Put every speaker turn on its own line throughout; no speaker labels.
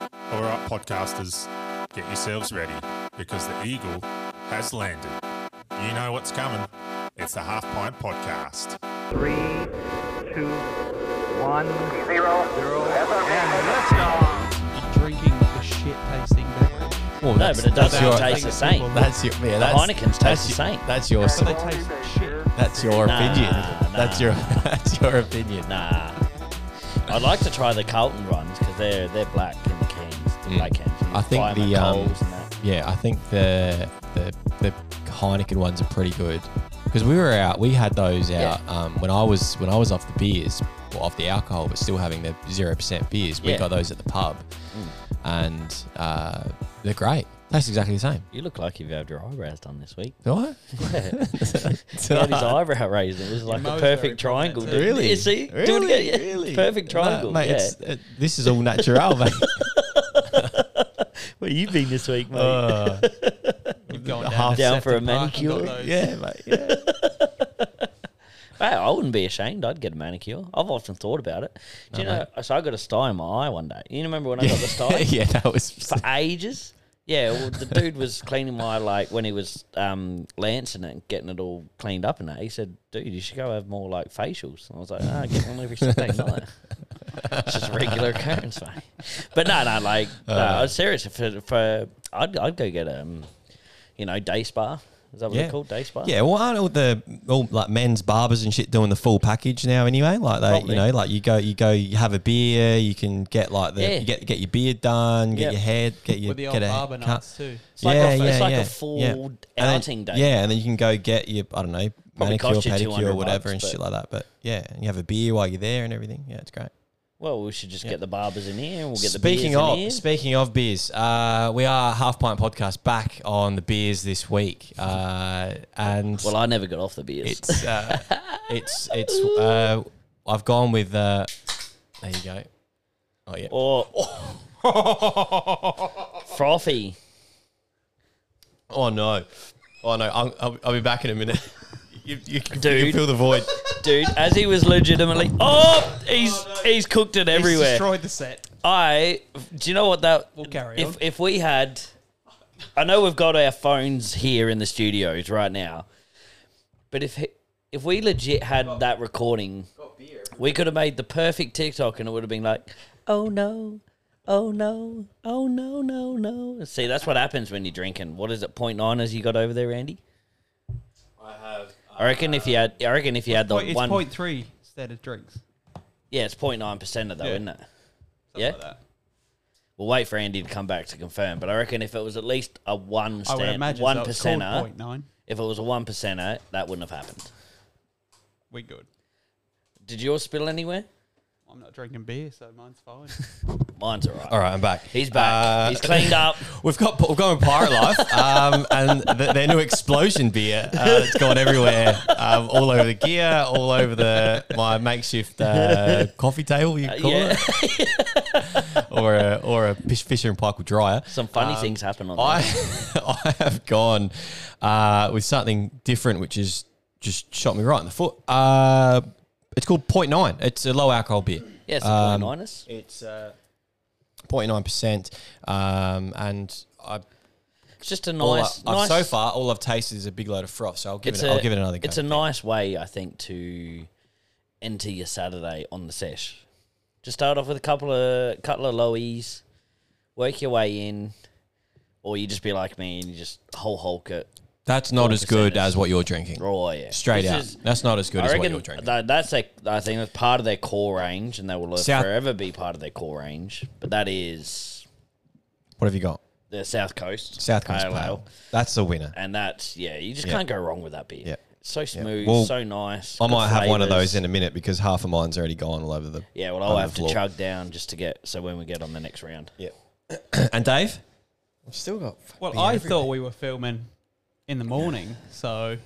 All right, podcasters, get yourselves ready because the Eagle has landed. You know what's coming. It's the Half Pint Podcast.
Three, two, one,
zero,
zero,
and
and
drinking the shit tasting beverage.
Well,
No, but it doesn't
your,
taste the same.
That's your yeah. That's,
Heineken's taste
that's
the
your-
same.
That's your
So they taste shit.
that's your
Nah,
opinion.
nah.
that's your that's your opinion.
Nah. I'd like to try the Carlton runs because they're they're black in the cans, the
Mm.
black cans. You
I think
buy 'em at
the, um,
Coles and that.
Yeah, I think the the the Heineken ones are pretty good because we were out. We had those
Yeah.
out um, when I was when I was off the beers, well, off the alcohol, but still having the zero percent beers. We
Yeah. Mm.
got those at the pub, and uh, they're great. Tastes exactly the same.
You look like you've had your eyebrows done this week.
Do I?
he had his eyebrow raised. It was like the
mo's very
perfect triangle. dude.
Really?
You see? Do it
Really?
again, yeah.
Really?
Perfect
No,
triangle.
mate,
yeah.
it's, uh, this is all natural, mate.
Where you been this week, mate?
Uh,
You've gone
Half
down, to
down for a
Sefton Park and got
manicure.
those.
yeah, mate. Yeah.
Wow, I wouldn't be ashamed. I'd get a manicure. I've often thought about it. Do you know? So I got a sty in my eye one day. You remember when I got the sty?
yeah, that was
for ages. Yeah, well, the dude was cleaning my like when he was um, lancing it and getting it all cleaned up and that. He said, "Dude, you should go have more like facials." And I was like, "Ah, get one every Saturday night. It's just a regular occurrence, mate." But no, no, like no, I was serious. For, for I'd I'd go get um, you know, day spa. Is that what
Yeah.
they're called? Day spa.
Yeah, well, aren't all the all like men's barbers and shit doing the full package now? Anyway, like they,
Probably.
you know, like you go, you go, you have a beer, you can get like the
Yeah.
you get get your beard done, get
Yeah.
your hair, get your
With the
get
old
a
barber
cut.
nuts too.
It's like a- it's like a full
And then-
outing day.
Yeah, and then you can go get your I don't know
Probably
manicure,
cost you 200
pedicure, whatever,
bucks,
and shit
but-
like that. But yeah, and you have a beer while you're there and everything. Yeah, it's great.
Well, we should just get the barbers in here and we'll get
speaking
the beers
of
in here.
speaking of beers, uh, we are half pint podcast back on the beers this week, uh, and
well, I never got off the beers.
it's uh, it's it's uh, I've gone with uh, there you go. Oh yeah,
or frothy.
oh no, oh no. I'll, I'll, I'll be back in a minute. you, you, can- you can
Dude.
feel the void.
dude. As he was legitimately, oh, he's he's cooked it everywhere.
destroyed the set.
I do you know what that?
We'll carry
if
on.
if we had, I know we've got our phones here in the studios right now, but if he- if we legit had that recording, we could have made the perfect TikTok, and it would have been like, oh no. Oh no! Oh no! No no! See, that's what happens when you're drinking. What is it? Point niners you got over there, Andy?
I have.
I reckon if you had, I reckon if you had the
Point, it's
one,
point three instead of drinks.
yeah, it's 09 percent of though,
Yeah.
isn't it? yeah.
Like that.
We'll wait for Andy to come back to confirm, but I reckon if it was at least a one
I would
stand,
imagine
one
so it's called
percenter,
Point nine.
if it was a one percenter, that wouldn't have happened.
We good.
Did yours spill anywhere?
I'm not drinking beer, so mine's fine.
Mine's all right.
All right, I'm back.
He's back.
Uh,
He's cleaned up.
We've got we've gone with Pirate Life, um, and th their new explosion beer. Uh, it's gone everywhere, um, all over the gear, all over the my makeshift uh, coffee table. You call
yeah.
it, or a or a fish, Fisher and Paykel dryer.
Some funny things happen on
I
there.
I have gone uh, with something different, which is just shot me right in the foot. Uh, it's called Point Nine. It's a low alcohol beer.
Yeah, some point niners.
It's uh, 0.9%. Um, and I,
It's just a
all
nice,
I- I've-
nice.
so far, all I've tasted is a big load of froth. So I'll give,
it's
it, i I'll give it another go.
It's a nice way, I think, to enter your Saturday on the sesh. Just start off with a couple of couple of lowies, work your way in, or you just be like me and you just whole hulk it.
That's not as good
4%
as what you're drinking.
Oh yeah,
Straight
This
out.
is-
That's not as good
I
as what you're
reckon
drinking.
that, that's a, I think that's part of their core range, and they will
South-
forever be part of their core range. But that is
what have you got?
the South Coast,
South Coast
Pale
Pale.
Ale.
That's the winner.
and that's yeah, you just can't go wrong with that beer.
Yeah.
It's so smooth,
Well,
so nice.
I might have one of those in a minute because half of mine's already gone all over the
Yeah, well,
on
I'll
the
have to
floor.
chug down just to get so when we get on the next round.
Yeah. and Dave? I've still got.
well, I thought we were filming in the morning, so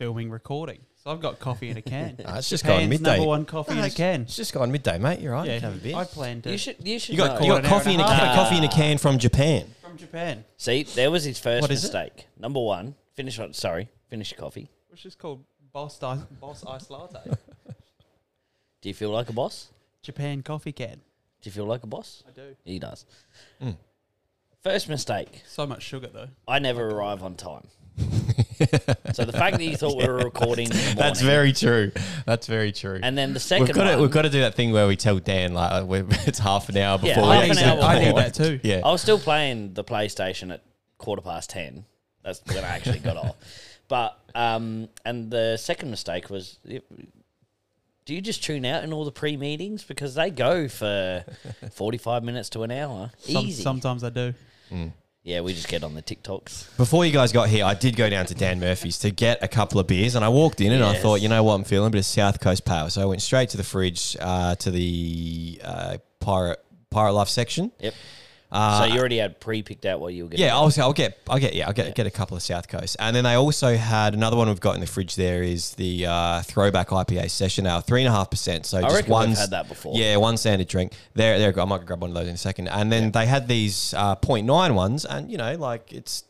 filming recording. So I've got coffee in a can.
it's just
Japan's
gone midday.
Number one coffee in a can.
It's just gone midday, mate. You're right.
Yeah,
you can have a beer.
I planned to.
You should, you should.
You got,
know.
you got
an hour
coffee in
and
a
a
can,
half.
coffee in a can from Japan.
from Japan,
See, there was his first
What is it?
mistake. Number one, finish. on- Sorry, finish your coffee.
which is called Boss Ice, Boss Ice Latte.
Do you feel like a boss?
Japan coffee can.
Do you feel like a boss?
I do.
He does.
Hmm.
First mistake.
So much sugar though.
I never arrive on time. so the fact that you thought we were recording, in the morning,
That's very true. That's very true.
And then the second
we've got to
one,
we've got to do that thing where we tell Dan like uh, we're, it's half an hour
Yeah,
before.
half
we
an
actually
hour
record.
I need that too.
Yeah.
I was still playing the PlayStation at quarter past ten. That's when I actually got off. But um, and the second mistake was, do you just tune out in all the pre-meetings because they go for forty-five minutes to an hour?
Some,
Easy.
sometimes I do.
Yeah, we just get on the TikToks.
Before you guys got here, I did go down to Dan Murphy's to get a couple of beers, and I walked in and I
Yes.
thought, you know what, I'm feeling a bit of South Coast power, so I went straight to the fridge uh, to the uh, pirate pirate life section.
Yep.
Uh,
so you already had pre-picked out what you were going.
Yeah, I'll, I'll get, I'll get, yeah, I'll get, get a couple of South Coast, and then they also had another one we've got in the fridge. There is the uh, throwback IPA session now, three and a half percent. So just
reckon we've
one
had that before.
Yeah, one standard drink. There, there. I might grab one of those in a second. And then they had these uh, 0.9 ones, and you know, like it's.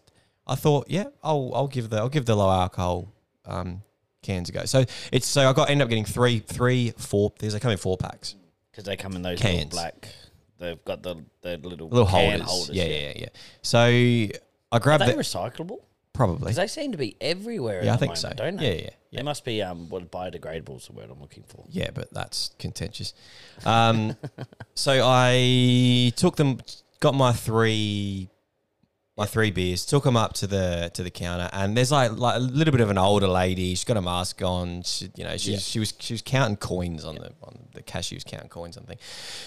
I thought, yeah, I'll, I'll give the, I'll give the low alcohol um, cans a go. So it's, so I got end up getting three, three, four. These they come in four packs.
because they come in those
Cans.
little black. They've got the the little
Little
can
holders. yeah, yeah, yeah, So I
Are
grabbed
they
the,
recyclable?
probably.
Because they seem to be everywhere.
Yeah, I
at the
think so.
moment, Don't they?
Yeah, yeah, yeah.
They must be um, what biodegradable is the word I'm looking for.
Yeah, but that's contentious. Um, so I took them, got my three, my three beers, took them up to the to the counter, and there's like like a little bit of an older lady. She's got a mask on. She, you know, she she was she was counting coins on the on the cashier was counting coins on the thing.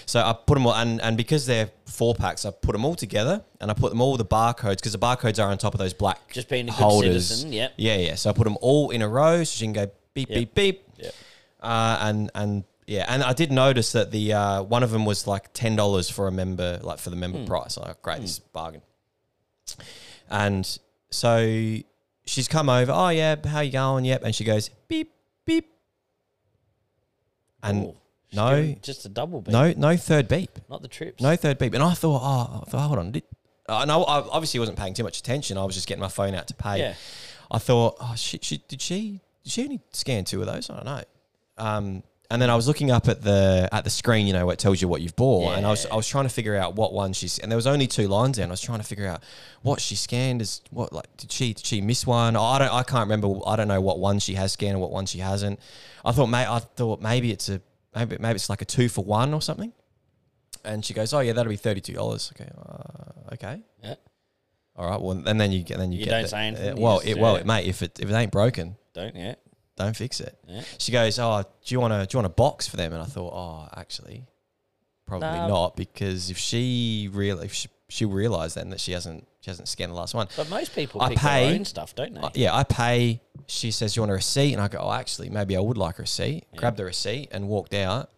So I put them all, and and because they're four packs, I put them all together, and I put them all with the barcodes because the barcodes are on top of those black
Just being a good citizen, yep.
Yeah, yeah. So I put them all in a row, so she can go beep
Yep.
beep beep
Yep.
uh, and and yeah, and I did notice that the uh, one of them was like ten dollars for a member, like for the
Hmm.
member price. I'm Like, great, this is a bargain. And so she's come over. Oh yeah, how you going? Yep, and she goes beep beep, and
Ooh, she's
no,
doing Just a double beat.
no, no third beep.
Not the trips.
No third beep. And I thought, oh, I thought, hold on. Did, uh, no, I obviously wasn't paying too much attention. I was just getting my phone out to pay.
Yeah.
I thought, oh, she, she, did she did she only scan two of those? I don't know. Um, and then I was looking up at the at the screen, you know, where it tells you what you've bought, and I was I was trying to figure out what one she's and there was only two lines there, and I was trying to figure out what she scanned is what like did she did she miss one? I don't I can't remember. I don't know what one she has scanned and what one she hasn't. I thought may I thought maybe it's a maybe maybe it's like a two for one or something. And she goes, "Oh yeah, that'll be thirty-two dollars." Okay, uh, okay,
Yeah.
all right. Well, and then you get, then you,
You
get.
don't
the-
say anything,
uh,
you
well,
just
it,
say
well,
it.
mate. If it if it ain't broken,
Don't, yeah.
don't fix it.
Yeah.
She goes, "Oh, do you want to do you want a box for them?" And I thought, "Oh, actually, probably
Nah.
not, because if she real if she, she'll realize then that she hasn't she hasn't scanned the last one.
But most people
I
pick their
pay-
own stuff, don't they?
Uh, yeah, I pay. She says, "You want a receipt?" And I go, "Oh, actually, maybe I would like a receipt." Grabbed the receipt and walked out.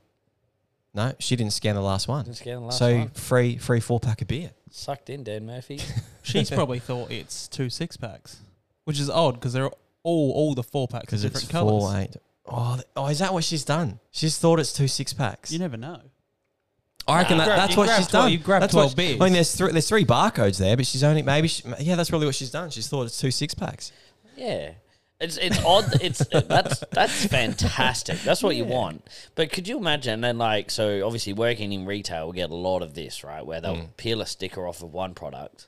No, she didn't scan the last one.
Didn't scan the last
so
one.
free free four pack of beer.
Sucked in, Dan Murphy.
She's probably thought it's two six packs, which is odd because they're all all the four packs are
Because
different
it's
colors.
four eight. Oh, th- oh, is that what she's done? She's thought it's two six packs.
You never know.
I reckon
Nah,
that, that's
you grabbed-
what
you
she's
grabbed twelve-
done.
you grabbed
that's what
12
she-
beers.
I mean, there's three, there's three barcodes there, but she's only maybe she, yeah, that's probably what she's done. She's thought it's two six packs.
yeah. It's it's odd. It's uh, that's that's fantastic. That's what you want. But could you imagine? And like, so obviously working in retail, we get a lot of this, right? Where they'll
Mm.
peel a sticker off of one product,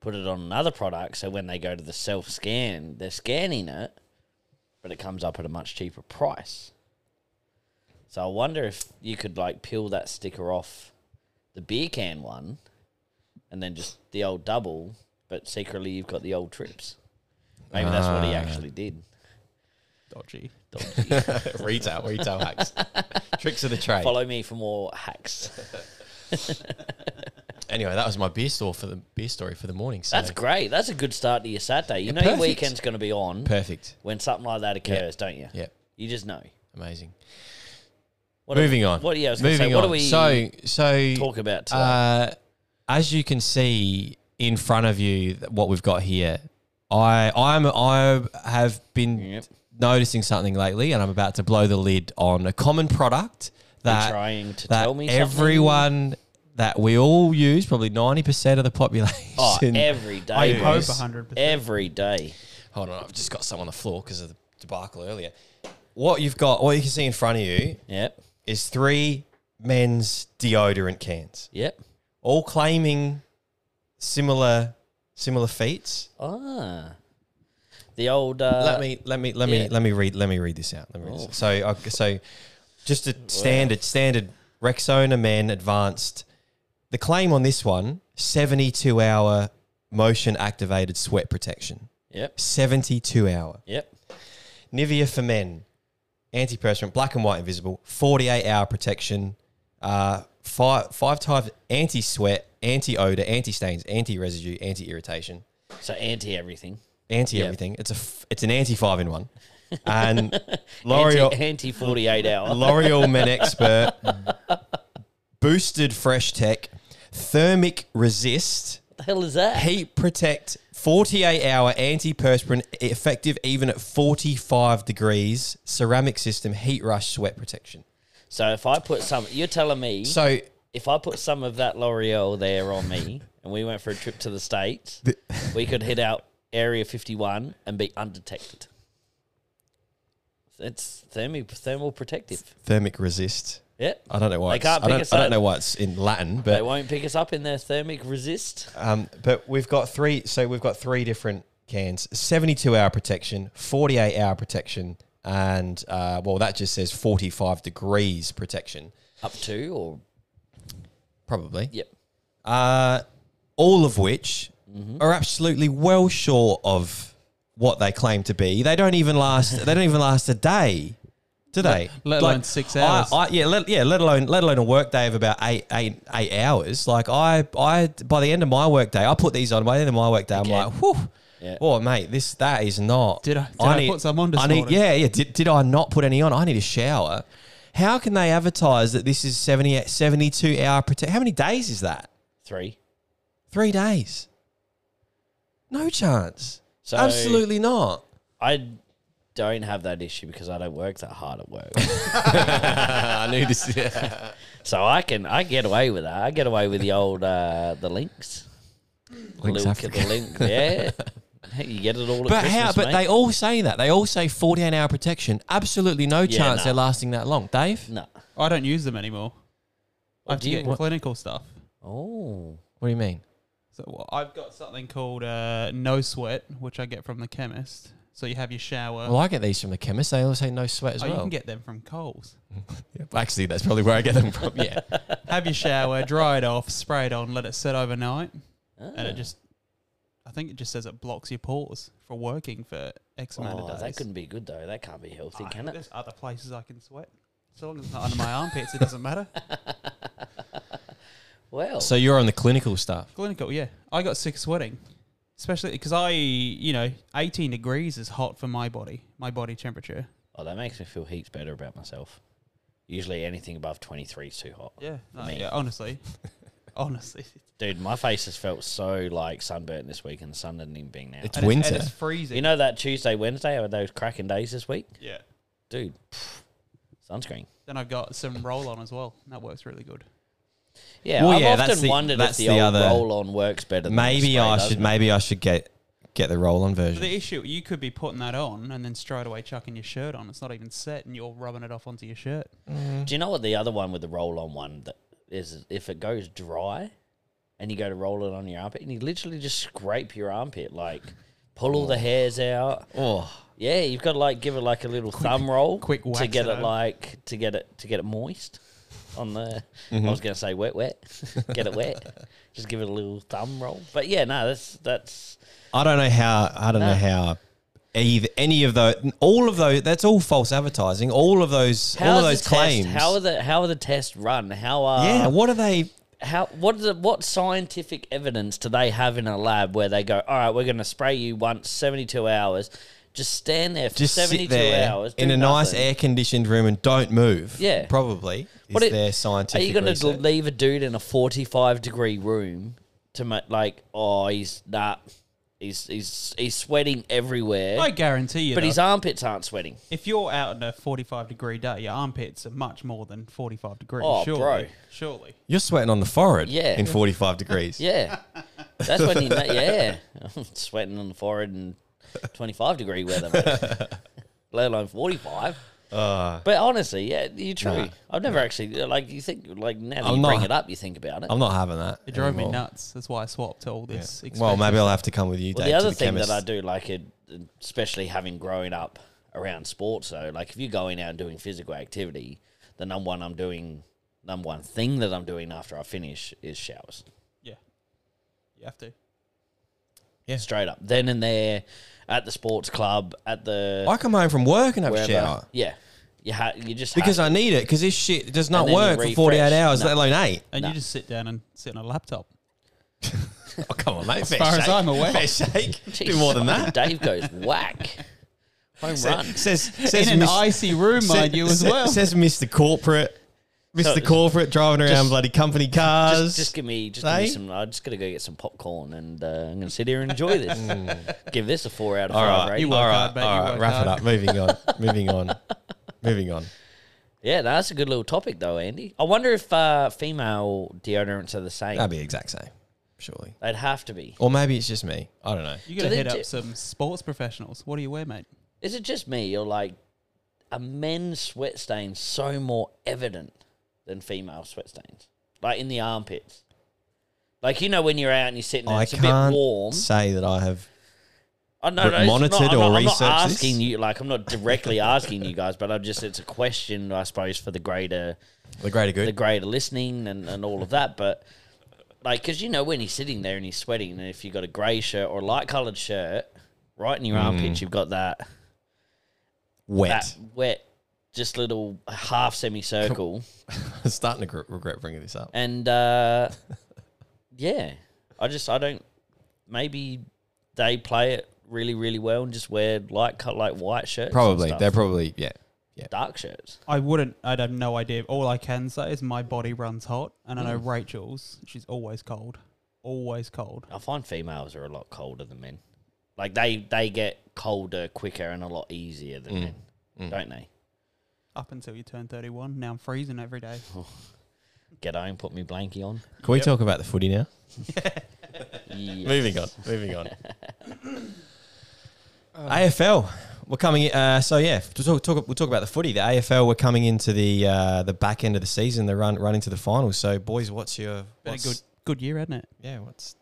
put it on another product, so when they go to the self scan, they're scanning it, but it comes up at a much cheaper price. So I wonder if you could like peel that sticker off the beer can one, and then just the old double, but secretly you've got the old trips. Maybe that's what
Ah.
he actually did.
Dodgy.
retail, retail hacks, tricks of the trade.
Follow me for more hacks.
Anyway, that was my beer store for the beer story for the morning. So
That's great. That's a good start to your Saturday. You know your
perfect.
weekend's going to be on
perfect.
when something like that occurs, don't you?
Yep,
You just know.
amazing.
What are-
Moving on.
What, yeah, I was gonna
Moving
say, what
on.
do we
so so
talk about today?
Uh, as you can see in front of you, th- what we've got here, I I'm I have been
Yep.
noticing something lately, and I'm about to blow the lid on a common product that
trying to
that
tell me something?
everyone that we all use, probably ninety percent of the population.
oh, every day.
I
bro.
hope
Hope hundred percent.
Every day.
Hold on, I've just got some on the floor because of the debacle earlier. What you've got, what you can see in front of you,
Yep.
is three men's deodorant cans,
Yep.
all claiming similar similar feats.
Ah. The old. Uh,
let me let me let me
yeah.
let me read let me read this out. Let me read this out. So I so just a standard standard Rexona men advanced. The claim on this one: seventy-two hour motion activated sweat protection.
Yep.
Seventy-two hour
Yep.
Nivea for men, antiperspirant, black and white, invisible, forty-eight hour protection. Uh, five five times anti-sweat, anti-odor, anti-stains, anti-residue, anti-irritation
So anti everything.
anti
Yeah.
everything. It's a f- it's an anti five in one, and
Anti,
L'Oreal
anti 48 hour.
L'Oreal Men Expert boosted Fresh Tech, thermic resist,
what the hell is that?
heat protect, forty eight hour antiperspirant, effective even at forty five degrees, ceramic system, heat rush, sweat protection.
So if I put some. You're telling me.
So
if I put some of that L'Oreal there on me and we went for a trip to the States, we could hit out Area 51 and be undetected. It's thermi- thermal protective.
thermic resist.
Yep.
I don't know why.
They
it's-
can't
I,
pick
don't,
us
I don't
up.
know why it's in Latin,
They
but
won't pick us up in their thermic resist.
Um, but we've got three. So we've got three different cans: seventy-two hour protection, forty-eight hour protection, and uh, well, that just says forty-five degrees protection,
Up to or.
probably.
Yep.
Uh, all of which
Mm-hmm.
are absolutely well short of what they claim to be. They don't even last. they don't even last a day. Do they?
let alone six hours.
I, I, yeah, let, yeah. Let alone let alone a work day of about eight eight eight hours. Like I I by the end of my work day, I put these on. By the end of my work day, I'm
Again.
like, whew.
Yeah.
Oh mate, this that is not.
Did I- did I put some on this
I need,
morning?
Yeah, yeah. Did, did I not put any on? I need a shower. How can they advertise that this is 70, 72 hour protect? How many days is that?
Three.
Three days. No chance.
So-
Absolutely not.
I don't have that issue because I don't work that hard at work.
I knew this.
so I can I get away with that. I get away with the old uh the links.
Links
Luke at the
Africa.
link. Yeah. Hey, you get it all at
But
Christmas,
how? But
mate.
they all say that. They all say 48 hour protection. Absolutely no
Yeah,
chance
nah.
they're lasting that long. Dave,
No.
I don't use them anymore. I have
do
to
you-
get
what-
clinical stuff.
Oh.
what do you mean?
So well, I've got something called uh, no sweat, which I get from the chemist. So you have your shower.
Well, I get these from the chemist. They all say no sweat as
oh,
well.
you can get them from Coles.
Actually, that's probably where I get them from. Yeah.
have your shower, dry it off, spray it on, let it sit overnight, and it just. I think it just says it blocks your pores for working for X amount
Oh,
of days.
that couldn't be good though. That can't be healthy,
I-
can it?
There's other places I can sweat. So long as it's not under my armpits, it doesn't matter.
Well,
so you're on the clinical stuff.
Clinical, yeah. I got sick sweating, especially because I, you know, 18 degrees is hot for my body, my body temperature.
oh, that makes me feel heaps better about myself. Usually, anything above twenty three is too hot.
Yeah, no,
me.
yeah. Honestly, honestly,
Dude, my face has felt so like sunburnt this week, and the sun didn't even bring out.
It's
And
winter.
It's, and it's freezing.
You know that Tuesday, Wednesday are those cracking days this week,
yeah.
dude. pff, sunscreen.
Then I've got some roll on as well. That works really good.
Yeah,
Well,
I've
yeah,
often
that's the-
wondered
that's
if
the
the, old
other-
roll-on works better. Than the
maybe
spray,
I
doesn't
should.
it?
Maybe I should get get the roll on
But
version.
the issue, you could be putting that on and then straight away chucking your shirt on. It's not even set, and you're rubbing it off onto your shirt.
Do you know what the other one with the roll-on one that is? If it goes dry, and you go to roll it on your armpit, and you literally just scrape your armpit, like pull all the hairs out.
Oh,
Yeah, you've got to like give it like a little thumb roll,
quick
to
wax
get
it
it
over.
like to get it to get it moist. On the,
Mm-hmm.
I was gonna say wet, wet, get it wet. Just give it a little thumb roll. But yeah, no, that's that's
I don't know how. I don't know
No.
how. Either, any of those, all of those, that's all false advertising. All of those, all of
is
those
the test-
claims.
how are the how are the tests run? How are
yeah, what are they?
how what is it, what scientific evidence do they have in a lab where they go, all right, we're going to spray you once seventy two hours, just stand there for
Just
seventy
sit
two
there
hours
in
do
a nice
nothing?
air conditioned room and don't move.
Yeah.
probably. Is
What it-
their
Are
scientific?
you going to
research.
leave a dude in a forty five degree room to make like, oh, he's nah, he's he's he's sweating everywhere,
I guarantee you.
but
though,
his armpits aren't sweating.
if you're out on a 45 degree day, your armpits are much more than 45 degrees.
Oh,
surely.
bro.
Surely.
You're sweating on the forehead.
Yeah.
in forty five degrees.
Yeah, that's when you know, yeah, sweating on the forehead in twenty five degree weather, mate. let alone forty five.
Ah.
but honestly, yeah, you're true. I've never actually like you think like now that
I'm
you bring
not-
it up, you think about it.
I'm not having that.
It drove me
anymore.
nuts. That's why I swapped to all
Yeah.
this.
Well,
expensive-
maybe I'll have to come with you,
Well,
Dave,
the other
to the
thing
chemist.
that I do like it, especially having grown up around sports, though, like if you go in out and doing physical activity, the number one I'm doing, number one thing that I'm doing after I finish is showers.
Yeah, you have to.
Straight up, then and there, at the sports club, at the
I come home from work and have
wherever.
a shower
Yeah, you ha- you just
because
have
I need it because this shit does not
And then you
work for 48
refresh.
hours,
No.
let alone eight.
And
Nah.
you just sit down and sit on a laptop.
Oh, come on, mate. As
far as I'm aware.
Fair shake.
to-
Do more than that.
Dave goes whack, home run.
Says, says
In an
Miss-
icy room, mind you, as
says-
well.
Says Mr. Corporate. Mr. Corporate driving around bloody company cars.
Just, just give me, just give me
Dave?
some. I'm just gonna go get some popcorn, and uh, I'm gonna sit here and enjoy this. give this a four out of
Mm. all
five.
right,
rating.
You
all
work
right,
hard, mate,
all
you
right.
work
Wrap
hard.
it up. Moving on. Moving on. Moving on.
Yeah, no, that's a good little topic though, Andy. I wonder if uh, female deodorants are the same.
That'd be the exact same, surely.
They'd have to be.
Or maybe it's just me. I don't know.
You gotta
they
hit
do-
up some sports professionals. What do you wear, mate?
Is it just me or like a men's sweat stain so more evident than female sweat stains? Like in the armpits. Like you know when you're out and you're sitting there,
I
it's a bit
can't
warm.
say that I have.
I know, no, it's
monitored
not, I'm
or
not, I'm
researched
not
this?
asking you like I'm not directly asking you guys, but I'm just it's a question I suppose for the greater
The greater good.
the greater listening and, and all of that. But like, because you know when he's sitting there and he's sweating, and if you've got a grey shirt or a light coloured shirt, right in your
Mm.
armpit, you've got that
Wet.
that wet, just little half semicircle,
I'm starting to gr- regret bringing this up.
and uh, yeah, I just I don't maybe they play it really really well and just wear light cut like white shirts. and
Probably.
stuff.
They're probably, yeah. Yeah.
dark shirts.
I wouldn't. I'd have no idea. All I can say is my body runs hot, and I know Rachel's. She's always cold. Always cold.
I find females are a lot colder than men. Like they they get colder quicker and a lot easier than
Mm.
men, don't they?
Up until you turn thirty-one. Now I'm freezing every day.
Get home, put me blankie on.
Can we talk about the footy now?
Yeah.
Moving on. Moving on. Um, AFL. We're coming. Uh, so yeah, to talk, talk, we'll talk about the footy. The AFL. We're coming into the uh, the back end of the season. The run run into the finals. So boys, what's your
Been a
what's-
good, good year, hasn't it?
Yeah. What's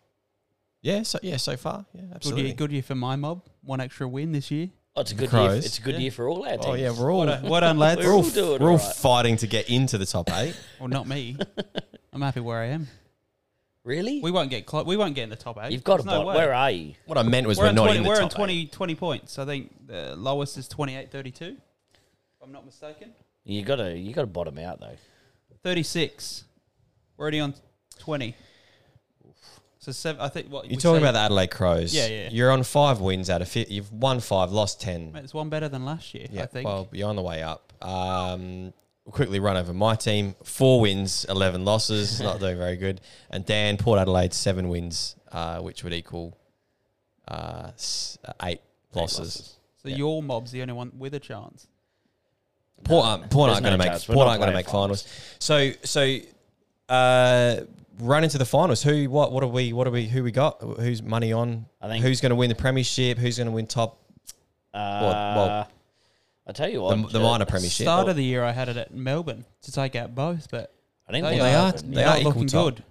yeah. So yeah. So far. Yeah. Absolutely.
Good year. Good year for my mob. One extra win this year.
Oh, it's a good year.
Crows.
It's a good
Yeah.
year for all our teams.
Oh yeah. We're all
Well done, lads.
We're
we're all,
all doing
we're all
alright.
fighting to get into the top eight.
Well, not me. I'm happy where I am.
Really?
We won't get clo- we won't get in the top eight.
You've got a
There's no way.
bot. Where are you?
What I meant was
We're,
we're,
on
not
20,
in the
we're on
top
20, 20 points. I think the lowest is 28-32, if I'm not mistaken.
You got to you got to bottom out though.
36. We're already on 20. So seven, I think what
you You're talking about the Adelaide Crows.
Yeah, yeah.
You're on five wins out of fi You've won five, lost ten.
It's one better than last year,
Yeah,
I think.
well, you're on the way up. Um, we'll quickly run over my team: four wins, eleven losses, not doing very good. And Dan, Port Adelaide, seven wins, uh, which would equal uh, s- uh, eight, losses.
so your mob's the only one with a chance.
Port aren't, Port
There's
aren't
no
going to make
chance. We're
Port
not
aren't going to
playing
make finals. So so uh, run into the finals. Who what what are we what are we who we got? Who's money on?
I think-
who's going to win the premiership? Who's going to win top?
Uh,
well,
I tell you
The,
what,
the
uh,
minor premiership.
Start of the year, I had it at Melbourne to take out both, but
I think
they,
what
are,
happened-
they
not
are equal
looking
top.
good.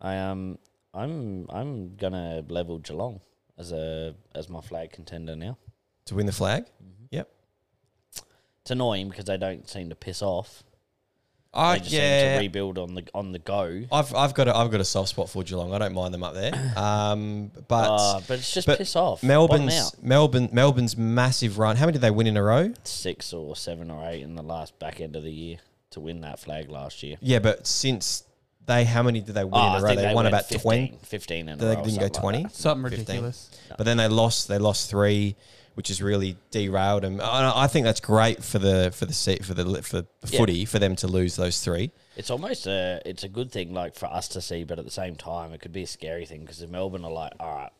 I um I'm I'm gonna level Geelong as a as my flag contender now.
to win the flag.
Mm-hmm.
Yep.
It's annoying because they don't seem to piss off.
I
They just seem
yeah.
to rebuild on the on the go.
I've I've got a, I've got a soft spot for Geelong. I don't mind them up there. Um, but
Uh, but it's just
but
piss off. Bottom
Melbourne's
out.
Melbourne Melbourne's massive run. How many did they win in a row?
six or seven or eight in the last back end of the year to win that flag last year.
Yeah, but since they how many did they
Ah,
win in a row? They, won
went
about
15,
twenty.
15 in a
They
row or
didn't go
something like
twenty.
Something
15.
ridiculous.
But then they lost. They lost three, which has really derailed them. And I I think that's great for the for the se- for the for the
Yeah.
footy for them to lose those three.
that. It's almost a it's a good thing like for us to see, but at the same time, it could be a scary thing because if Melbourne are like, all right,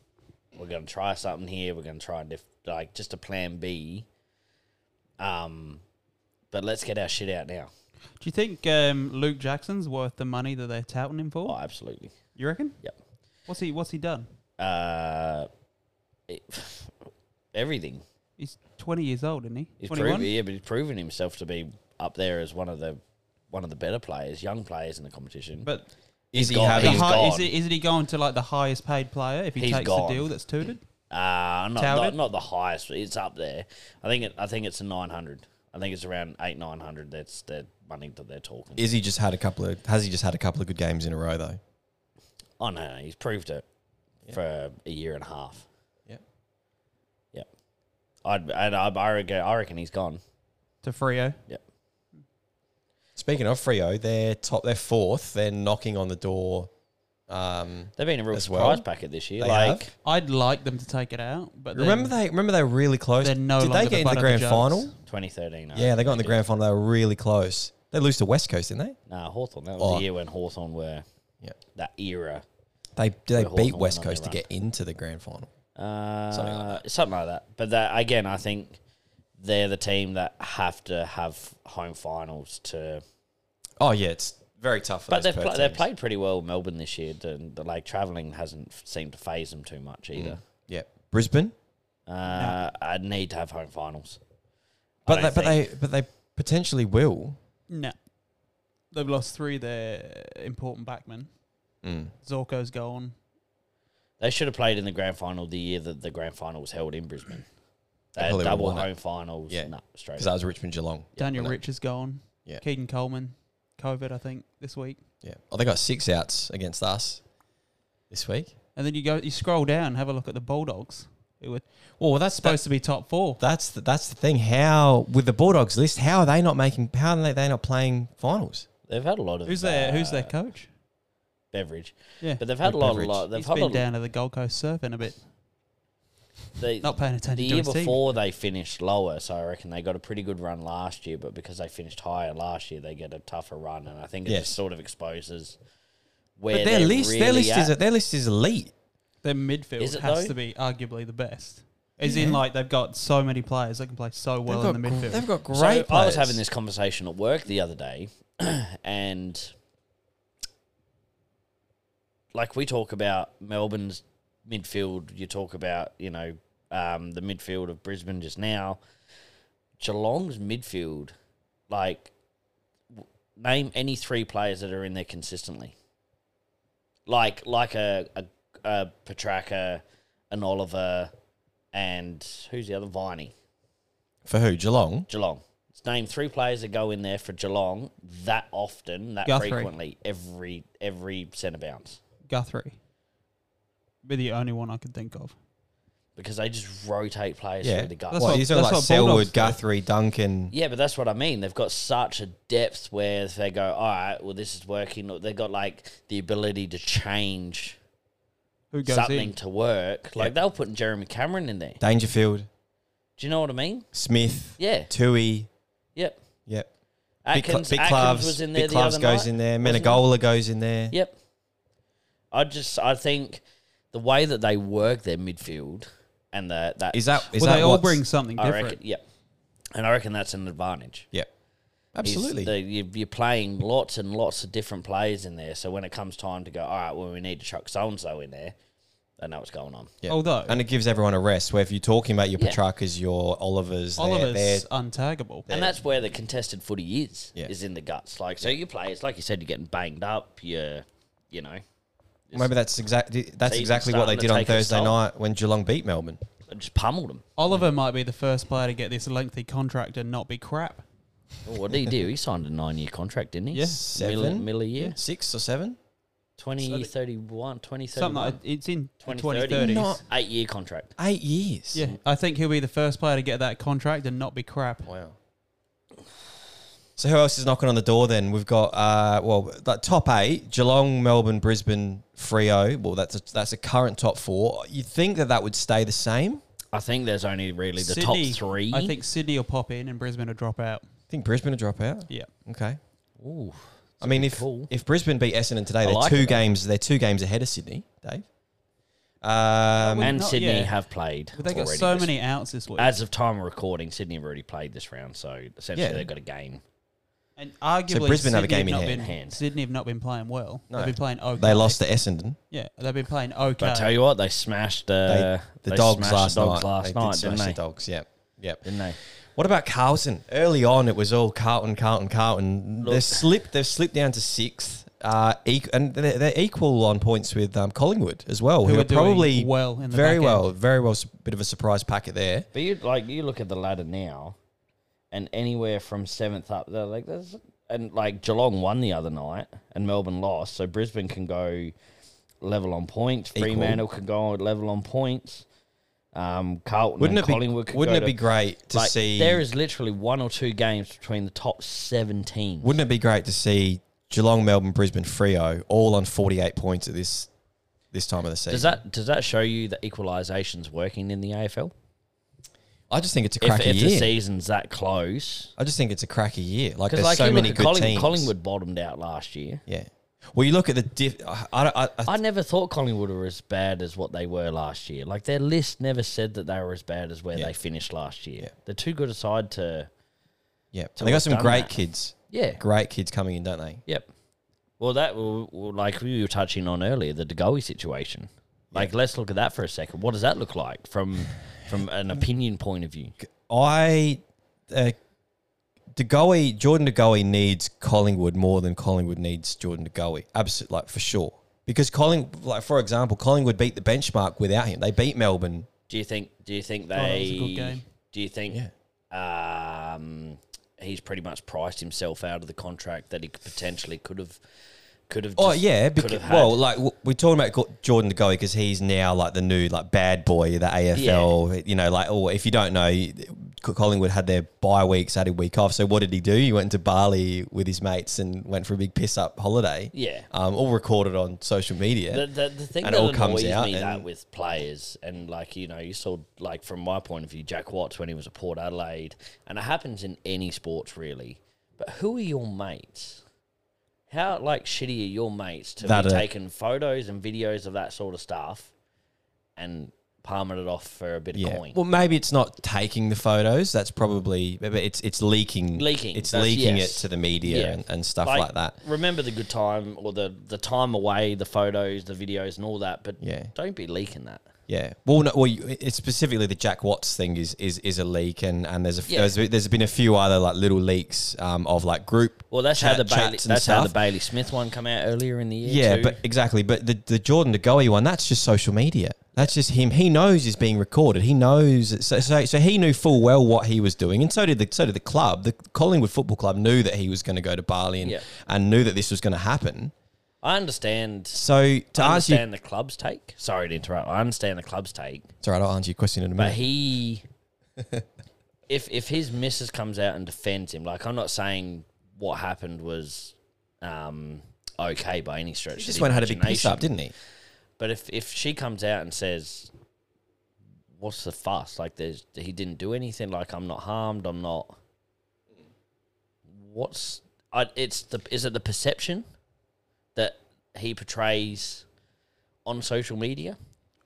we're going to try something here, we're going to try and diff- like just a plan B. Um, but let's get our shit out now.
Do you think um, Luke Jackson's worth the money that they're touting him for?
Oh, absolutely.
You reckon?
Yep.
What's he What's he done?
Uh, it- everything.
He's 20 years old, isn't he?
He's
21?
proven, yeah, but he's proven himself to be up there as one of the one of the better players, young players in the competition.
But
Is he
gone.
having-
the
He's
hi- is
gone.
it, isn't he going to like the highest paid player if he
He's
takes
gone.
the deal that's tutored?
Uh, not,
Touted?
not not the highest. but It's up there. I think it, I think it's a nine hundred. I think it's around eight nine hundred. That's the money that they're talking.
Is he just had a couple of? Has he just had a couple of good games in a row though?
oh no, no, he's proved it for a year and a half.
Yeah.
Yep. I'd, I'd, I'd I reckon I reckon he's gone.
To Frio.
Yep.
Speaking of Frio, they're top. They're fourth. They're knocking on the door. Um,
They've been a real
As
surprise
well,
packet this year.
they
like
have.
I'd like them to take it out, but then-
Remember they remember they were really close.
They're no
Did they
longer
get
the
in the
butt of the
grand
jokes.
final?
twenty thirteen.
Yeah, they got in the grand final. They were really close. They lose to West Coast, didn't they?
Nah, Hawthorn. That was
Oh.
the year when Hawthorn were
Yeah.
that era.
They they beat
Where Hawthorn
West
went on
Coast to
their
get into the grand final.
Uh,
Something
something
like
like that. Something like that. But that again, I think they're the team that have to have home finals to.
Oh yeah, it's very tough. For
But
those
they've
Perth
pla they've
teams.
played pretty well Melbourne this year. And the, like traveling hasn't f- seemed to phase them too much
Mm.
either.
Yeah, Brisbane.
Uh, I need to have home finals. I
But they,
don't
but
think-
they but they potentially will.
No. They've lost three of their important backmen. Zorko's gone.
they should have played in the grand final the year that the grand final was held in Brisbane. They had
probably would've
double
won it.
home finals.
Yeah.
Yeah, straight.
Because that was Richmond Geelong.
Daniel
no.
Rich is gone.
Yeah.
Keegan Coleman. COVID, I think, this week.
Yeah. Oh, they got six outs against us this week.
And then you go, you scroll down, have a look at the Bulldogs, who were
Well, that's
supposed to be top four.
That's the, that's the thing. How with the Bulldogs list, how are they not making? How are they, they not playing finals?
They've had a lot of
Who's their Who's their
uh,
coach?
beverage?
Yeah,
But they've had a
Rick
lot
Beveridge.
of lot. They've
he's
had a
been
lot.
down to the Gold Coast surfing a bit,
they-
not paying attention.
the
to
year
his team.
before they finished lower, so I reckon they got a pretty good run last year. But because they finished higher last year, they get a tougher run, and I think it
Yes.
just sort of exposes where
But their
they're
list, their
really
list is
at.
their list is elite.
their midfield
Is it
has
though?
to be arguably the best. As in, like they've got so many players that can play so well
they've, got,
in the
gr-
midfield.
they've got great.
So I was
players.
having this conversation at work the other day, and like we talk about Melbourne's midfield, you talk about you know um, the midfield of Brisbane just now. Geelong's midfield, like w- name any three players that are in there consistently, like like a a, a Petraka, an Oliver, and who's the other Viney.
for who Geelong.
Geelong. Let's name three players that go in there for Geelong that often, that
Guthrie.
frequently, every every centre bounce.
Guthrie, be the only one I could think of.
Because they just rotate players
Yeah,
through the gut.
That's
what,
what-
you're talking
that's
like
what Bulldogs
Selwood,
do.
Guthrie, Duncan.
yeah, but that's what I mean. They've got such a depth where they go, all right, well, this is working. Or They've got like the ability to change
Who goes
something
in?
to work. Like they were putting Jeremy Cameron in there.
Dangerfield,
Do you know what I mean?
Smith,
Yeah.
Tui.
Yep.
Yep. Big, Cl-
Atkins,
big
Atkins
Clavs,
was in there.
Big
the
Clavs
other
goes
night,
in there.
wasn't he?
Menegola goes in there.
Yep. I just I think the way that they work their midfield and the that
Is that is
well,
that
they all
what's-
bring something
I
different.
reckon yep. And I reckon that's an advantage.
Yep.
Is
Absolutely.
that you- you're playing lots and lots of different players in there. So when it comes time to go, all right, well, we need to chuck so and so in there, they know what's going on.
Yeah.
Although-
and it gives everyone a rest. Where if you're talking about your
Yeah.
Petrarcas, your Olivers, they're-
Oliver's
they're-
untaggable.
And that's where the contested footy is,
Yeah.
is in the guts. Like, so your players, like you said, you're getting banged up, you're, you know,
maybe that's exactly that's
Season's
exactly what they
starting to
did on
take its
Thursday
toll.
night when Geelong beat Melbourne.
just pummeled them.
Oliver might be the first player to get this lengthy contract and not be crap.
Well, what did he do? He signed a nine year contract, didn't he?
Yeah.
Seven?
Mill, mill a year.
Six or seven?
2031, 2031.
Something like it's in the 2030s.
2030.
Not-
Eight year contract.
Eight years.
yeah, I think he'll be the first player to get that contract and not be crap.
Wow. So who else is knocking on the door then? We've got uh, well, the top eight: Geelong, Melbourne, Brisbane, Frio. Well, that's a, that's a current top four. You'd think that that would stay the same.
I think there's only really the
Sydney,
top three.
I think Sydney will pop in and Brisbane will drop out.
I think Brisbane would drop out.
Yeah.
Okay.
Ooh,
I mean, if
call.
if Brisbane beat Essendon today, they're
like
two
it, though.
games. They're two games ahead of Sydney, Dave. Um,
and
not
Sydney
yet.
have played.
But they got
already
so
this-
many outs this week.
As of time of recording, Sydney have already played this round, so essentially
Yeah.
they've got a game.
and arguably,
Brisbane
Sydney
have a game in
not
hand.
been,
Hand.
Sydney have not been playing well.
No.
They've been playing okay.
they lost to Essendon.
Yeah, they've been playing okay.
But I tell you what, they smashed uh,
the
they
dogs
smashed
last
the dogs
night.
last
they
night,
did
did
smash
not they?
the dogs. Yeah. Yep.
didn't they?
What about Carlton? Early on, it was all Carlton, Carlton, Carlton.
Look.
They've slipped. They've slipped down to sixth, uh, equ- and they're, they're equal on points with um, Collingwood as well,
Who
who,
are
are probably
doing well in the
very
back
well, very well. s- Bit of a surprise packet there.
But you like you look at the ladder now, and anywhere from seventh up, they're like there's and like Geelong won the other night, and Melbourne lost, so Brisbane can go level on points.
Equal.
Fremantle can go level on points. Um, Carlton
Wouldn't
and
it be?
Collingwood could
Wouldn't
go
it be
to-
great to
like,
see?
There is literally one or two games between the top seven teams.
Wouldn't it be great to see Geelong, Melbourne, Brisbane, Frio all on forty-eight points at this this time of the season?
does that does that show you that equalisation's working in the AFL?
I just think it's a
If,
cracky
if the
year.
season's that close,
I just think it's a cracky year. Like
because
there's
like
so
you look
many
at
good
Colling-
teams.
Collingwood bottomed out last year.
Yeah. Well, you look at the diff. I, I, I, I
I never thought Collingwood were as bad as what they were last year. Like their list never said that they were as bad as where
Yeah.
they finished last year.
Yeah.
They're too good a side to.
yeah.
to
And they got
have
some
done
great
that.
kids.
Yeah.
Great kids coming in, don't they?
Yep. Well, that well, well, like we were touching on earlier, the Degoe situation. Like, let's look at that for a second. What does that look like from from an opinion point of view?
I, uh, DeGoey, Jordan DeGoey needs Collingwood more than Collingwood needs Jordan DeGoey. Absolutely, like for sure. Because Colling, like for example, Collingwood beat the benchmark without him. They beat Melbourne.
Do you think? Do you think they?
that was a good game.
Do you think? Um, he's pretty much priced himself out of the contract that he could potentially could have. Could have.
Oh
just-
yeah,
could
because,
have had.
well, like w- we're talking about Go- Jordan DeGoey because he's now like the new like bad boy, of the AFL. You know, like oh, if you don't know, Co- Collingwood had their bye week, Saturday week off. So what did he do? He went to Bali with his mates and went for a big piss up holiday.
Yeah.
um, all recorded on social media.
The, the, the thing
And it
that
all
annoys
comes out
me that
and-
with players, and like you know, you saw like from my point of view, Jack Watts when he was at Port Adelaide, and it happens in any sports really. But who are your mates? How like shitty are your mates to
That,
be
uh,
taking photos and videos of that sort of stuff, and palming it off for a bit
yeah.
of coin?
Well, maybe it's not taking the photos. That's probably maybe it's it's leaking,
Leaking,
It's
that's-
leaking
yes.
it to the media
Yeah.
and, and stuff like, that.
Remember the good time or the the time away, the photos, the videos, and all that. But
Yeah.
don't be leaking that.
Yeah. Well, no, well, you- it's specifically the Jack Watts thing is is, is a leak, and and there's a
Yeah.
there's, there's been a few other like little leaks um, of like group.
Well, that's
chat-
how the Bailey,
chats and
that's how the
stuff.
Bailey Smith one come out earlier in the year.
Yeah,
too.
but exactly. But the the Jordan DeGoey one, that's just social media. That's just him. He knows he's being recorded. He knows. So, so, so he knew full well what he was doing, and so did the so did the club. The Collingwood Football Club knew that he was going to go to Bali and
Yeah.
and knew that this was going to happen.
I understand.
So to
I
answer, you,
understand the club's take. Sorry to interrupt. I understand the club's take,
it's all right. I'll answer your question in a minute.
but he, if if his missus comes out and defends him, like I'm not saying what happened was um, okay by any stretch.
he
of
just
the
went and had a big piss up,
imagination.
didn't he?
But if if she comes out and says, "What's the fuss? Like, there's he didn't do anything. Like, I'm not harmed. I'm not." What's I, it's the is it the perception that he portrays on social media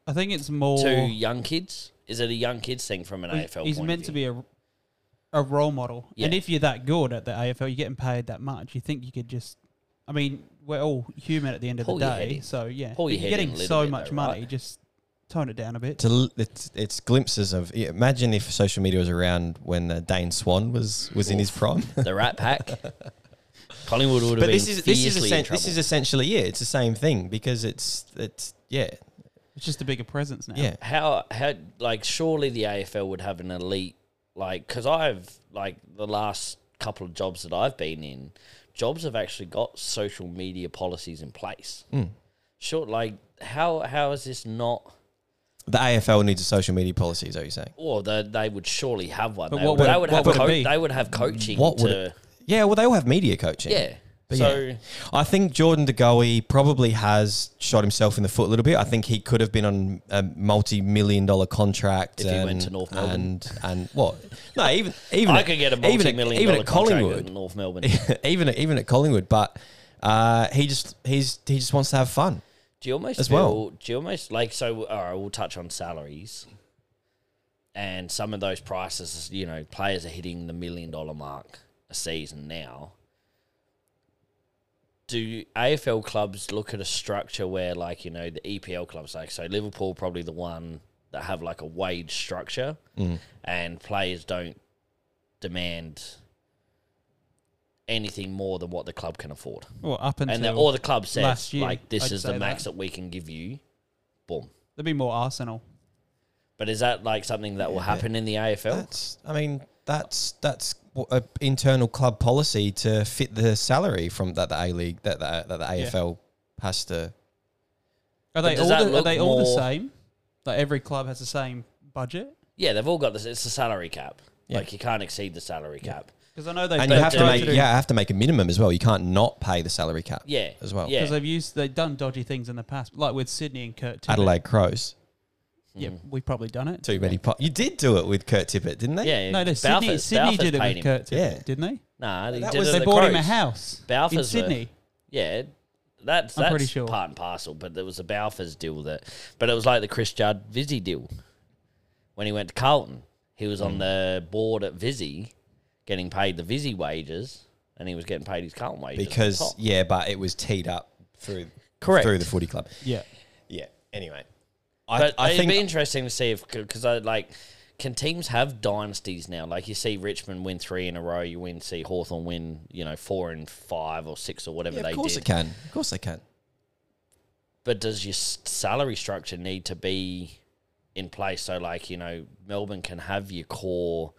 I think it's more.
to young kids? Is it a young kids thing from an
Well,
AFL?
He's
point
meant
of
to
view?
be a, a role model, and
Yeah.
if you're that good at the AFL, you're getting paid that much. You think you could just? I mean, we're all human at the end of
Pull
the
your head
day,
in.
so yeah,
Pull
If
your
you're
head in
getting
a little
so
bit
much
though,
money.
right?
Just tone it down a bit.
to l- it's, it's glimpses of imagine if social media was around when uh, Dane Swan was was in his prime.
the Rat Pack. Collingwood would have
but
been
this is this is
fiercely in
essen- this
trouble.
is essentially it. It's the same thing because it's it's yeah
It's just a bigger presence now.
yeah.
how how like surely the AFL would have an elite like because I've like the last couple of jobs that I've been in, jobs have actually got social media policies in place.
Hmm.
Sure, like how how is this not?
The AFL needs a social media policy. Is what you're saying?
Or they, they would surely have one.
But
they,
what
would,
would
they
it-
would
what
have
would it
co-
be?
they would have coaching.
What would
to,
it- Yeah, well, they all have media coaching.
yeah.
But
so
yeah. I think Jordan DeGoey probably has shot himself in the foot a little bit. I think he could have been on a multi-million dollar contract.
If he went to North Melbourne.
and and what? No, even even
I
at-
could get a
even at-
multi-million
even
dollar
at
contract
Collingwood.
in North Melbourne.
even at, even at Collingwood, but uh, he just he's he just wants to have fun.
Do you almost
as
feel,
well.
Do you almost like so? All right, we'll touch on salaries, and some of those prices. You know, players are hitting the million dollar mark a season now. Do AFL E clubs look at a structure where, like, you know, the EPL clubs, like, so Liverpool probably the one that have like a wage structure,
Mm.
and players don't demand anything more than what the club can afford.
Well, up until
And the, or the club
last
says
year,
like this
I'd
is
say
the
that.
max that. we can give you. Boom.
there'd be more Arsenal.
But is that like something that will happen in the AFL?
That's, I mean, that's that's an internal club policy to fit the salary from that the A League that the, that the AFL has to.
Are
But
they
does
all?
that
The, are
look
they all the
more-
same? Like every club has the same budget.
Yeah, they've all got this. It's a salary cap.
Yeah.
Like you can't exceed the salary cap.
Because I know they
and you have to
do-
make
do-
yeah, have to make a minimum as well. You can't not pay the salary cap.
Yeah,
as well.
yeah.
because they've used they've done dodgy things in the past, like with Sydney and Kurt. Tippett.
Adelaide Crows.
yeah, we've probably done it.
Too many. Po- you did do it with Kurt Tippett, didn't they?
Yeah,
No, no,
Balfour's-
Sydney, Sydney
Balfour's
did it with
paid him.
Kurt, Tippett,
Yeah.
didn't they?
Nah, he
That
did
was-
it
They
at the
bought him a
Crows.
house in
Balfour's were-
Sydney.
Yeah, that's that's
I'm pretty sure.
part and parcel. But there was a Balfour's deal that, but it was like the Chris Judd Vizzy deal when he went to Carlton. He was
Mm.
on the board at Vizzy, getting paid the Vizzy wages, and he was getting paid his Carlton wages on
Because
top.
yeah, but it was teed up through
Correct.
through the footy club.
Yeah,
Yeah. Anyway,
But
I, I
it'd
think
be interesting to see if because I like can teams have dynasties now? Like you see Richmond win three in a row, you win see Hawthorn win you know four and five or six or whatever
yeah,
they
of course
did.
it can. Of course they can.
But does your s- salary structure need to be in place so like you know Melbourne can have your core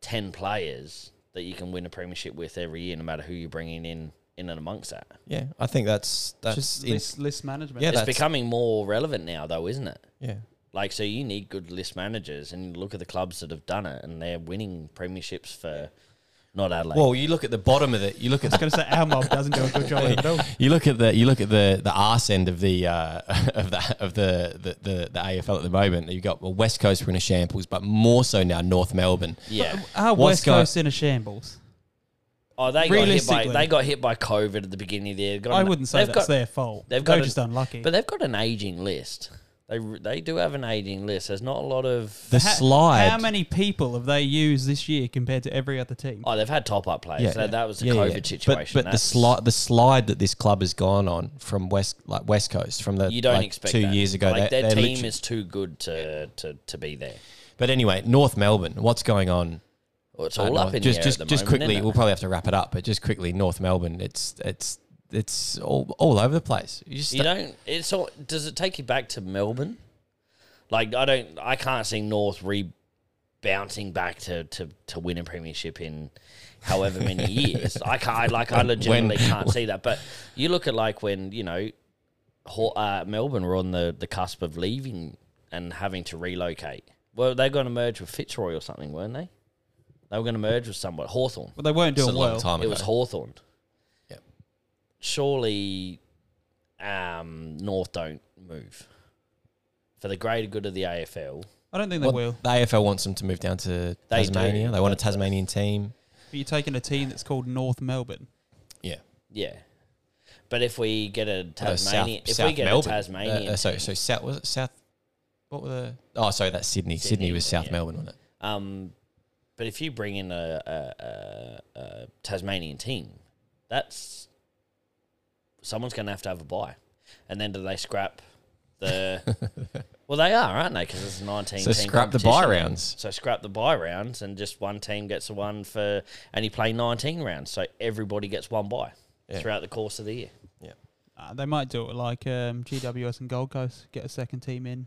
ten players that you can win a premiership with every year, no matter who you're bringing in in and amongst that.
Yeah, I think that's that's
just
in-
list, list management.
Yeah,
It's
that's-
becoming more relevant now, though, isn't it?
yeah.
Like, so you need good list managers, and you look at the clubs that have done it, and they're winning premierships for not Adelaide.
Well, you look at the bottom of it. You look at
I was going to say our mob doesn't do a good job at all.
you look at the you look at the the arse end of the uh, of the of the, the, the the AFL at the moment. You've got well, West Coast were in a shambles, but more so now North Melbourne.
yeah.
uh, Our
What's
West
go-
Coast in a shambles.
Oh, they got hit by
Realistically.
they got hit by COVID at the beginning of the year. Got
I
an-
wouldn't say
they've
that's
got-
their fault.
they've
They've
got
got
a-
just unlucky.
but they've got an aging list. They r- they do have an aging list. There's not a lot of
The
Ha-
slide.
How many people have they used this year compared to every other team?
oh, they've had top up players.
Yeah,
that, that was the
yeah, yeah,
COVID
yeah.
situation.
But, but the
That's-
slide the slide that this club has gone on from West like West Coast from the
you don't
like,
expect
two
that.
years ago.
Like
they-
their
they're
team
literally-
is too good to to, to be there.
But anyway, North Melbourne. What's going on?
Well, it's
at
all
North-
up in
just
the air
just
at the
just
moment,
quickly.
isn't
We'll
it?
probably have to wrap it up. But just quickly, North Melbourne. It's it's it's all all over the place. You just
You don't. It's all. Does it take you back to Melbourne? Like I don't. I can't see North re bouncing back to to to win a premiership in however many years. I can't. I, like I legitimately can't see that. But you look at like when you know, Haw- uh, Melbourne were on the the cusp of leaving and having to relocate. Well, they're going to merge with Fitzroy or something, weren't they? They were going to merge with someone. Hawthorn.
But they weren't
it's a
doing
long
well.
time
It
ago.
was Hawthorn.
Yep.
Surely um, North don't move. For the greater good of the AFL.
I don't think they
Well,
will.
The AFL wants them to move down to
They
Tasmania.
do.
They want a Tasmanian team.
But you're taking a team that's called North Melbourne.
Yeah.
Yeah. But if we get a
Oh,
Tasmanian if we get a Tasmanian
Uh, so so South was it South? What were the? Oh, sorry, that's Sydney. Sydney,
Sydney,
was South
yeah.
Melbourne, wasn't it?
um but if you bring in a, a, a, a Tasmanian team, that's someone's gonna have to have a buy. And then do they scrap the Well, they are, aren't they? Because it's a 19
So
team
scrap the buy
competition.
rounds.
So scrap the buy rounds, and just one team gets a one for, and you play 19 rounds, so everybody gets one buy
Yeah.
throughout the course of the year.
Uh, they might do it like um, GWS and Gold Coast, get a second team in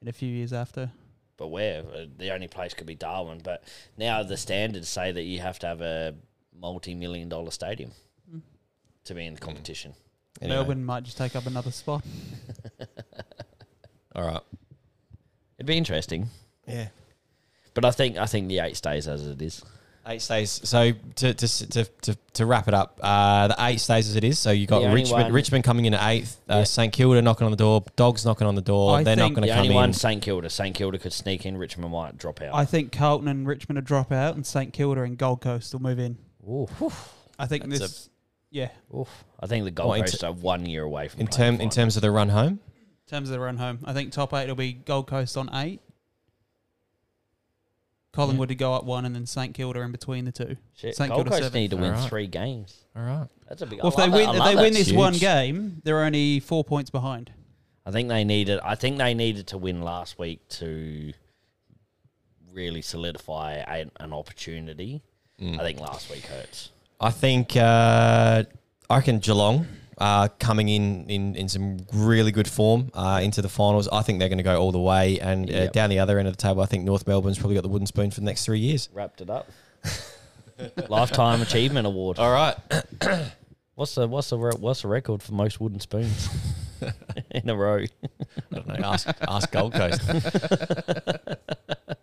in a few years after.
But where uh, the only place could be Darwin, but now the standards say that you have to have a multi-million dollar stadium to be in the competition.
Anyway,
Melbourne might just take up another spot.
All right.
It'd be interesting,
Yeah.
but I think I think the eight stays as it is.
Eight stays. So to to, to, to, to wrap it up, uh, the eight stays as it is. So you got
The only
Richmond
one-
Richmond coming in at eighth. Uh, St Kilda knocking on the door. Dogs knocking on the door.
I
They're not
think
going
The
to
only
come
one,
in.
St Kilda. St Kilda could sneak in. Richmond might drop out.
I think Carlton and Richmond will drop out, and St Kilda and Gold Coast will move in.
Ooh,
I think
That's a-
this, yeah,
oof. I think the Gold
Well, in
Coast
ter-
are one year away from
In
playing
term in
finals.
terms of the run home.
in terms of their own home, I think top eight will be Gold Coast on eight. Collingwood to go up one, and then St Kilda in between the two.
Shit,
St
Gold
Kilda
Coast
seven.
need to win
Alright.
three games.
All right.
That's a big.
Well, if
I
they
love
win,
that. I
if
love
they win
that.
this one
Huge.
game, they're only four points behind.
I think they needed. I think they needed to win last week to really solidify a, an opportunity. I think last week hurts.
I think uh, I reckon Geelong uh, coming in, in in some really good form uh, into the finals. I think they're going to go all the way. And uh,
Yep.
down the other end of the table, I think North Melbourne's probably got the wooden spoon for the next three years.
Wrapped it up. Lifetime achievement award.
All right,
What's the what's the re- what's the record for most wooden spoons in a row?
I don't know. Ask, ask Gold Coast.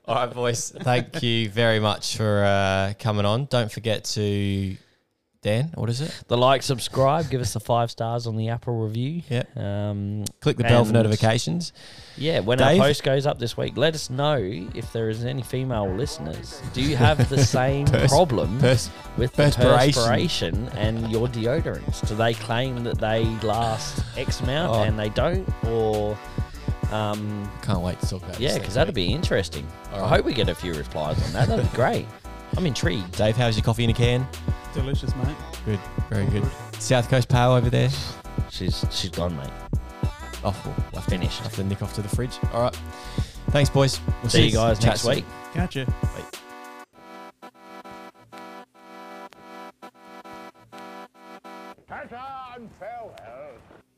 All right, boys. Thank you very much for uh, coming on. Don't forget to Dan. What is it?
The like, subscribe, give us the five stars on the Apple review.
Yeah.
Um,
Click the bell for
And-
notifications.
yeah. When
Dave?
our post goes up this week, let us know if there is any female listeners. Do you have the same
Pers-
problem
pers-
with the
perspiration.
perspiration and your deodorants? Do they claim that they last X amount
Oh.
and they don't, or um,
Can't wait to talk about
yeah?
this
Because
next
that'd
week.
be interesting. I
Alright.
hope we get a few replies on that. That'd be great. I'm intrigued.
Dave, how's your coffee in a can?
Delicious, mate.
Good, very good. South Coast Power over there.
She's she's gone, mate.
Awful. Left
Finished.
Have to nick off to the fridge. All right. Thanks, boys. We'll
See you guys
Chat
next
soon.
week.
Gotcha.
Ta-ta and farewell.